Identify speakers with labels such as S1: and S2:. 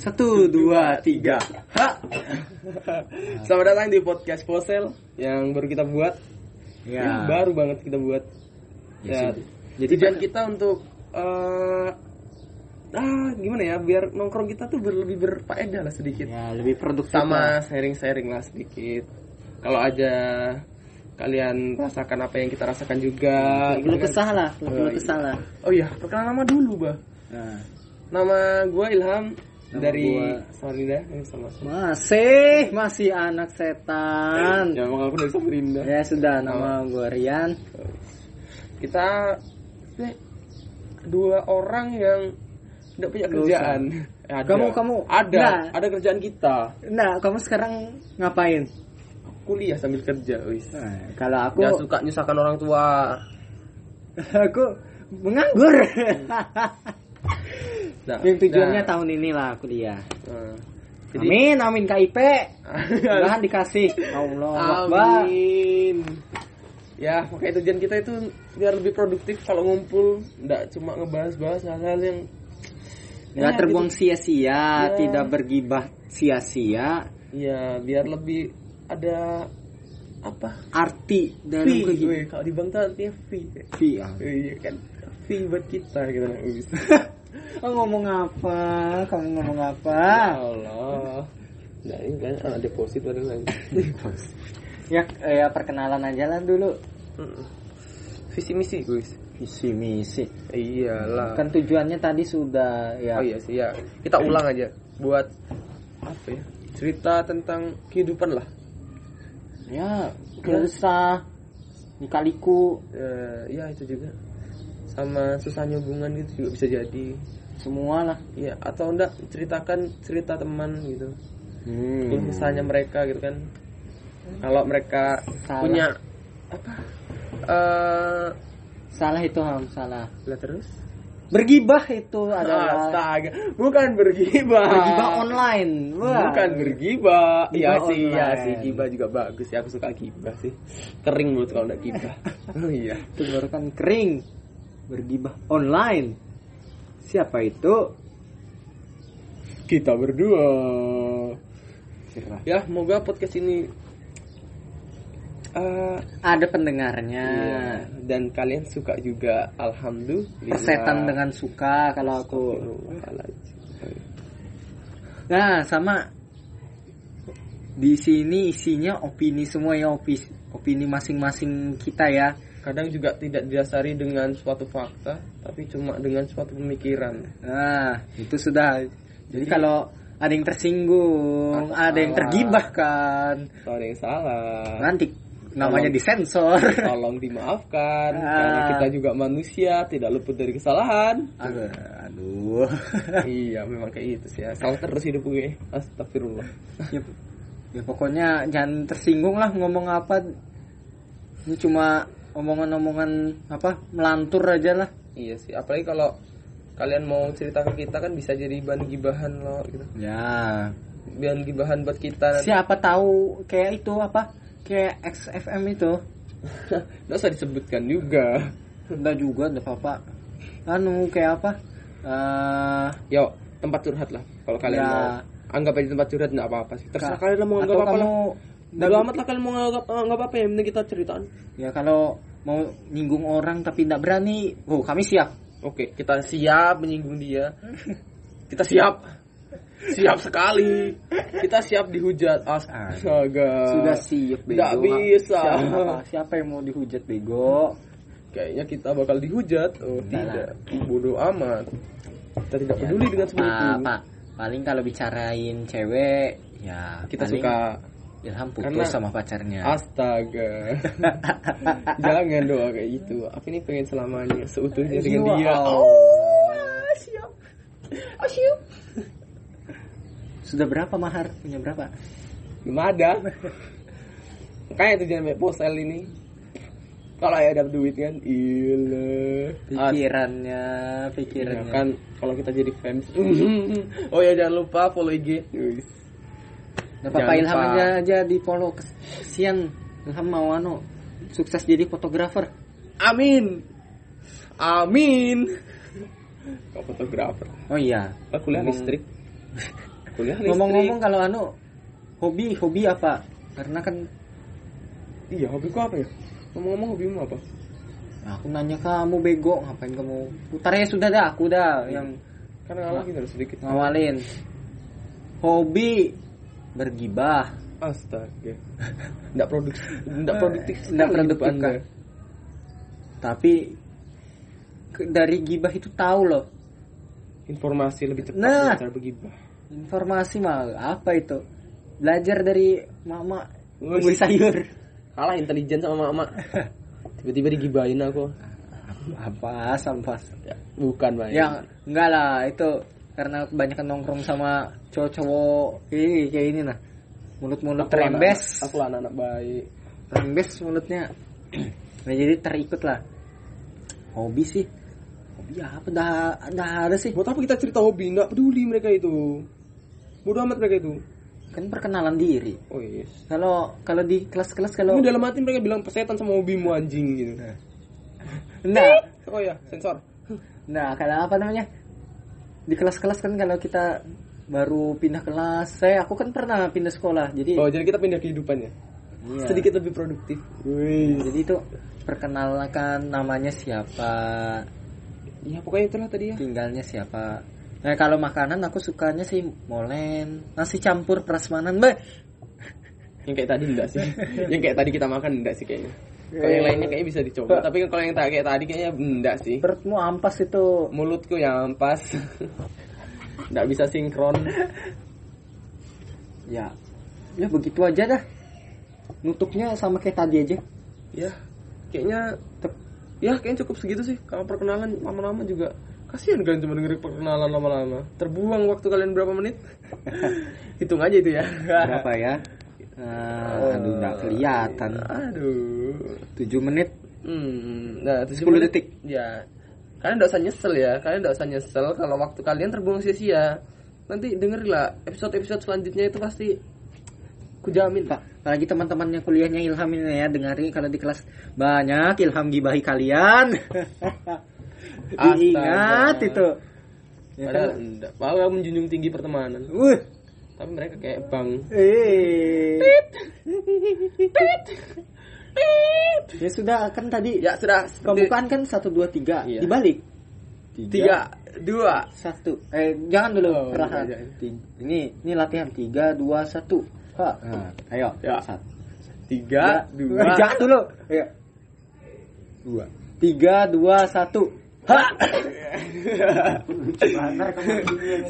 S1: Satu, dua, tiga. Ha!
S2: Selamat datang di podcast Posel yang baru kita buat. Ini
S1: Ya.
S2: baru banget kita buat.
S1: Ya, kan-
S2: Ya,
S1: sih.
S2: jadi tujuan kita untuk eh, ah gimana ya biar nongkrong kita tuh ber- lebih berfaedah lah sedikit.
S1: Ya, lebih produktif. lah.
S2: Sama sharing-sharing lah sedikit. Kalau aja kalian rasakan apa yang kita rasakan juga.
S1: Keluh
S2: gitu kan.
S1: kesah lah, keluh kesah lah.
S2: Oh iya, Ya. perkenalan nama dulu, Bah.
S1: Nah,
S2: Nama gue Ilham
S1: Nama
S2: dari
S1: gua-
S2: Samarinda. Eh, sama.
S1: masih masih anak setan.
S2: Ya, emang aku dari Samarinda.
S1: Ya
S2: Oh.
S1: sudah, nama gue Rian.
S2: kita eh, dua orang yang tidak punya
S1: Dosa.
S2: kerjaan. Eh, ada.
S1: Kamu- kamu-
S2: ada
S1: Nah.
S2: ada kerjaan kita
S1: Nah, kamu sekarang ngapain?
S2: kuliah sambil kerja wis
S1: Nah, kalau aku
S2: Eh, nggak suka nyusahkan orang tua
S1: aku menganggur.
S2: nah,
S1: Yang tujuannya
S2: nah,
S1: tahun inilah kuliah.
S2: nah. jadi
S1: Amin, amin KIP. Mudahan dikasih. Allah Akbar.
S2: amin ya makanya tujuan kita itu biar lebih produktif kalau ngumpul nggak cuma ngebahas-bahas hal-hal yang
S1: Nggak
S2: Ya,
S1: terbuang
S2: gitu.
S1: sia-sia,
S2: Ya.
S1: tidak bergibah sia-sia.
S2: ya biar lebih ada apa
S1: Arti dalam
S2: fee
S1: kehidupan.
S2: weh. kalau di bank tuh artinya fee
S1: Fi, ah.
S2: Iya kan fee buat kita gitu nah Wis.
S1: Kamu Oh, ngomong apa? Kamu ngomong apa?
S2: Ya Allah. Nah, ini kan anak deposit baru lagi.
S1: Ya, eh, ya perkenalan aja lah dulu.
S2: Visi misi guys.
S1: Visi misi.
S2: Iyalah.
S1: Kan tujuannya tadi sudah ya.
S2: Oh iya sih ya. Kita ulang aja buat apa ya? Cerita tentang kehidupan lah.
S1: Ya, gelisah, dikaliku,
S2: Eh, ya itu juga. Sama susahnya hubungan gitu juga bisa jadi.
S1: semua lah.
S2: Iya atau enggak ceritakan cerita teman gitu. Keluh
S1: Hmm.
S2: kesahnya mereka gitu kan. Kalau mereka
S1: Salah.
S2: punya apa? Eh,
S1: Salah itu ham, salah.
S2: lah terus
S1: Bergibah itu
S2: Ah,
S1: adalah
S2: Astaga, bukan bergibah.
S1: bergibah online. Wah.
S2: Bukan bergibah. Iya
S1: Gibah
S2: sih, iya
S1: online.
S2: sih gibah juga bagus ya. Aku suka gibah sih. Kering mulut kalau enggak gibah. oh iya.
S1: tenggorokan kan kering bergibah online siapa itu
S2: Kita berdua.
S1: Cerah.
S2: Ya, moga podcast ini eh,
S1: ada pendengarnya
S2: iya. dan kalian suka juga
S1: Iya.
S2: alhamdulillah.
S1: persetan dengan suka kalau aku
S2: Astagfirullahaladzim.
S1: nah sama di sini isinya opini semua ya opini opini masing-masing kita ya
S2: Kadang juga tidak didasari dengan suatu fakta, tapi cuma dengan suatu pemikiran.
S1: nah itu sudah jadi Ah, kalau ada yang tersinggung ada yang tergibahkan
S2: Kalau ada yang salah.
S1: nanti namanya disensor
S2: tolong dimaafkan
S1: Ah.
S2: karena kita juga manusia tidak luput dari kesalahan
S1: aduh, aduh.
S2: iya memang kayak gitu sih ya salah terus hidup gue astagfirullah
S1: ya, ya pokoknya jangan tersinggung lah ngomong apa ini cuma omongan-omongan apa melantur aja lah
S2: iya sih apalagi kalau kalian mau cerita ke kita kan bisa jadi bahan gibahan loh gitu
S1: ya
S2: bahan gibahan buat kita
S1: siapa tahu kayak itu apa kayak XFM itu
S2: nggak usah disebutkan juga
S1: enggak juga enggak apa-apa anu kayak apa eh
S2: yo tempat curhat lah kalau kalian
S1: Ya.
S2: mau anggap aja tempat curhat nggak apa-apa sih terserah
S1: ka-
S2: kalian lah mau
S1: atau
S2: nggak apa-apa lah
S1: kamu
S2: Bodo amat lah kalian mau nganggap nggak apa-apa yang penting kita ceritaan
S1: ya kalau mau nyinggung orang tapi tidak berani oh kami siap
S2: Oke, kita siap menyinggung dia. Kita siap. Siap sekali. Kita siap dihujat. Astaga.
S1: sudah siap
S2: Eh,
S1: bego
S2: Nggak bisa.
S1: siapa, siapa yang mau dihujat bego
S2: Kayaknya kita bakal dihujat. Oh,
S1: Nggak
S2: tidak. Bodoh amat. Kita tidak peduli dengan semua itu.
S1: Pak, Nah, Pak, paling kalau bicarain cewek ya
S2: Kita
S1: paling
S2: suka
S1: Ilham putus
S2: Karena-
S1: sama
S2: Ya.
S1: pacarnya.
S2: astaga. Jangan doa kayak gitu. Aku ini pengen selamanya seutuhnya dengan
S1: Jiwa.
S2: dia.
S1: Oh,
S2: siap. Oh, siap.
S1: Sudah berapa mahar? Punya berapa?
S2: Belum ada. Makanya itu jangan pakai posel ini. Kalau ya dapat duit kan, ilah.
S1: Pikirannya,
S2: Iya,
S1: pikirannya.
S2: kan kalau kita jadi fans. oh ya jangan lupa follow IG. Wih.
S1: Nggak apa-apa
S2: jangan
S1: Ilham
S2: lupa.
S1: aja aja di follow kesian Ilham mau anu sukses jadi fotografer.
S2: Amin. Amin. Kau fotografer.
S1: Oh iya,
S2: Aku kuliah
S1: Oh Ngomong-
S2: listrik. Kuliah listrik.
S1: iya. Ngomong-ngomong kalau anu hobi hobi apa? Karena kan
S2: iya hobi ku apa ya? Ngomong-ngomong hobimu apa?
S1: nah, aku nanya kamu bego ngapain kamu putarnya sudah dah aku dah yang
S2: Kan ngalah gitu sedikit.
S1: ngawalin hobi bergibah
S2: Astaga. Enggak produktif, enggak produktif,
S1: Nggak
S2: sekali
S1: produktif,
S2: hidup Anda.
S1: kan? tapi ke- dari gibah itu tahu loh
S2: Informasi lebih cepat nah.
S1: Nah.
S2: cara bergibah.
S1: informasi mah apa itu belajar dari mama
S2: Wih.
S1: beli sayur
S2: Kalah intelijen sama emak-emak. Tiba-tiba digibahin aku.
S1: apa sampah
S2: Ya, bukan, Bang.
S1: ya enggak lah itu karena kebanyakan nongkrong sama cowok-cowok ini kayak ini nah mulut-mulut
S2: Aku anak-
S1: rembes
S2: Aku anak-anak baik.
S1: rembes mulutnya nah jadi terikut lah hobi sih hobi apa dah dah ada sih
S2: Buat apa kita cerita hobi? Nggak peduli mereka itu. Bodoh amat mereka itu.
S1: kan perkenalan diri
S2: Oh yes.
S1: kalau kalau di kelas-kelas kalau
S2: Ini dalam hati mereka bilang pesetan sama hobimu anjing gitu.
S1: enggak
S2: Oh ya, sensor.
S1: Nah, kalau apa namanya? Di kelas-kelas kan kalau kita baru pindah kelas, saya aku kan pernah pindah sekolah. Jadi
S2: Oh, jadi kita pindah kehidupannya.
S1: iya.
S2: Sedikit lebih produktif. Wih.
S1: Jadi itu perkenalkan namanya siapa,
S2: Ya pokoknya itulah tadi ya.
S1: tinggalnya siapa. Nah, kalau makanan aku sukanya sih molen, nasi campur prasmanan, Mbak.
S2: Yang kayak tadi enggak sih. yang kayak tadi kita makan enggak sih kayaknya. Kalau yang lainnya kayaknya bisa dicoba, tapi kalau yang ta- kayak tadi kayaknya enggak sih.
S1: Perutmu ampas itu.
S2: Mulutku yang pas. Enggak bisa sinkron.
S1: Ya. Ya begitu aja dah. Nutupnya sama kayak tadi aja.
S2: Ya, kayaknya
S1: Tep-
S2: ya kayaknya cukup segitu sih. Kalau perkenalan lama-lama juga kasihan kalian cuma dengerin perkenalan lama-lama. Terbuang waktu kalian berapa menit? Hitung aja itu ya.
S1: Berapa ya? Eh, aduh, nggak kelihatan.
S2: Aduh.
S1: 7 menit
S2: Hmm, nah, terus
S1: 10
S2: gimana?
S1: detik.
S2: Ya. Kalian enggak usah nyesel ya. Kalian enggak usah nyesel kalau waktu kalian terbuang sia-sia. Nanti dengerilah episode-episode selanjutnya itu pasti kujamin, Pak.
S1: Apalagi teman-temannya kuliahnya Ilham ini ya dengarin kalau di kelas banyak Ilham gibahi kalian. Diingat
S2: Astaga.
S1: itu. Ya kan? Uh.
S2: Padahal enggak. Padahal menjunjung tinggi pertemanan.
S1: Wuh.
S2: Tapi mereka kayak bang.
S1: Eh. Ya sudah kan tadi
S2: Ya sudah.
S1: pembukaan kan 1 2 3
S2: Iya.
S1: dibalik.
S2: tiga dua
S1: satu eh jangan dulu
S2: Oh,
S1: perlahan
S2: iya, iya.
S1: Ti- ini ini latihan tiga dua satu ha Nah, ayo
S2: Ya.
S1: satu Ya. Eh,
S2: tiga dua
S1: jangan dulu ayo dua
S2: Kan ya,
S1: tiga dua satu ha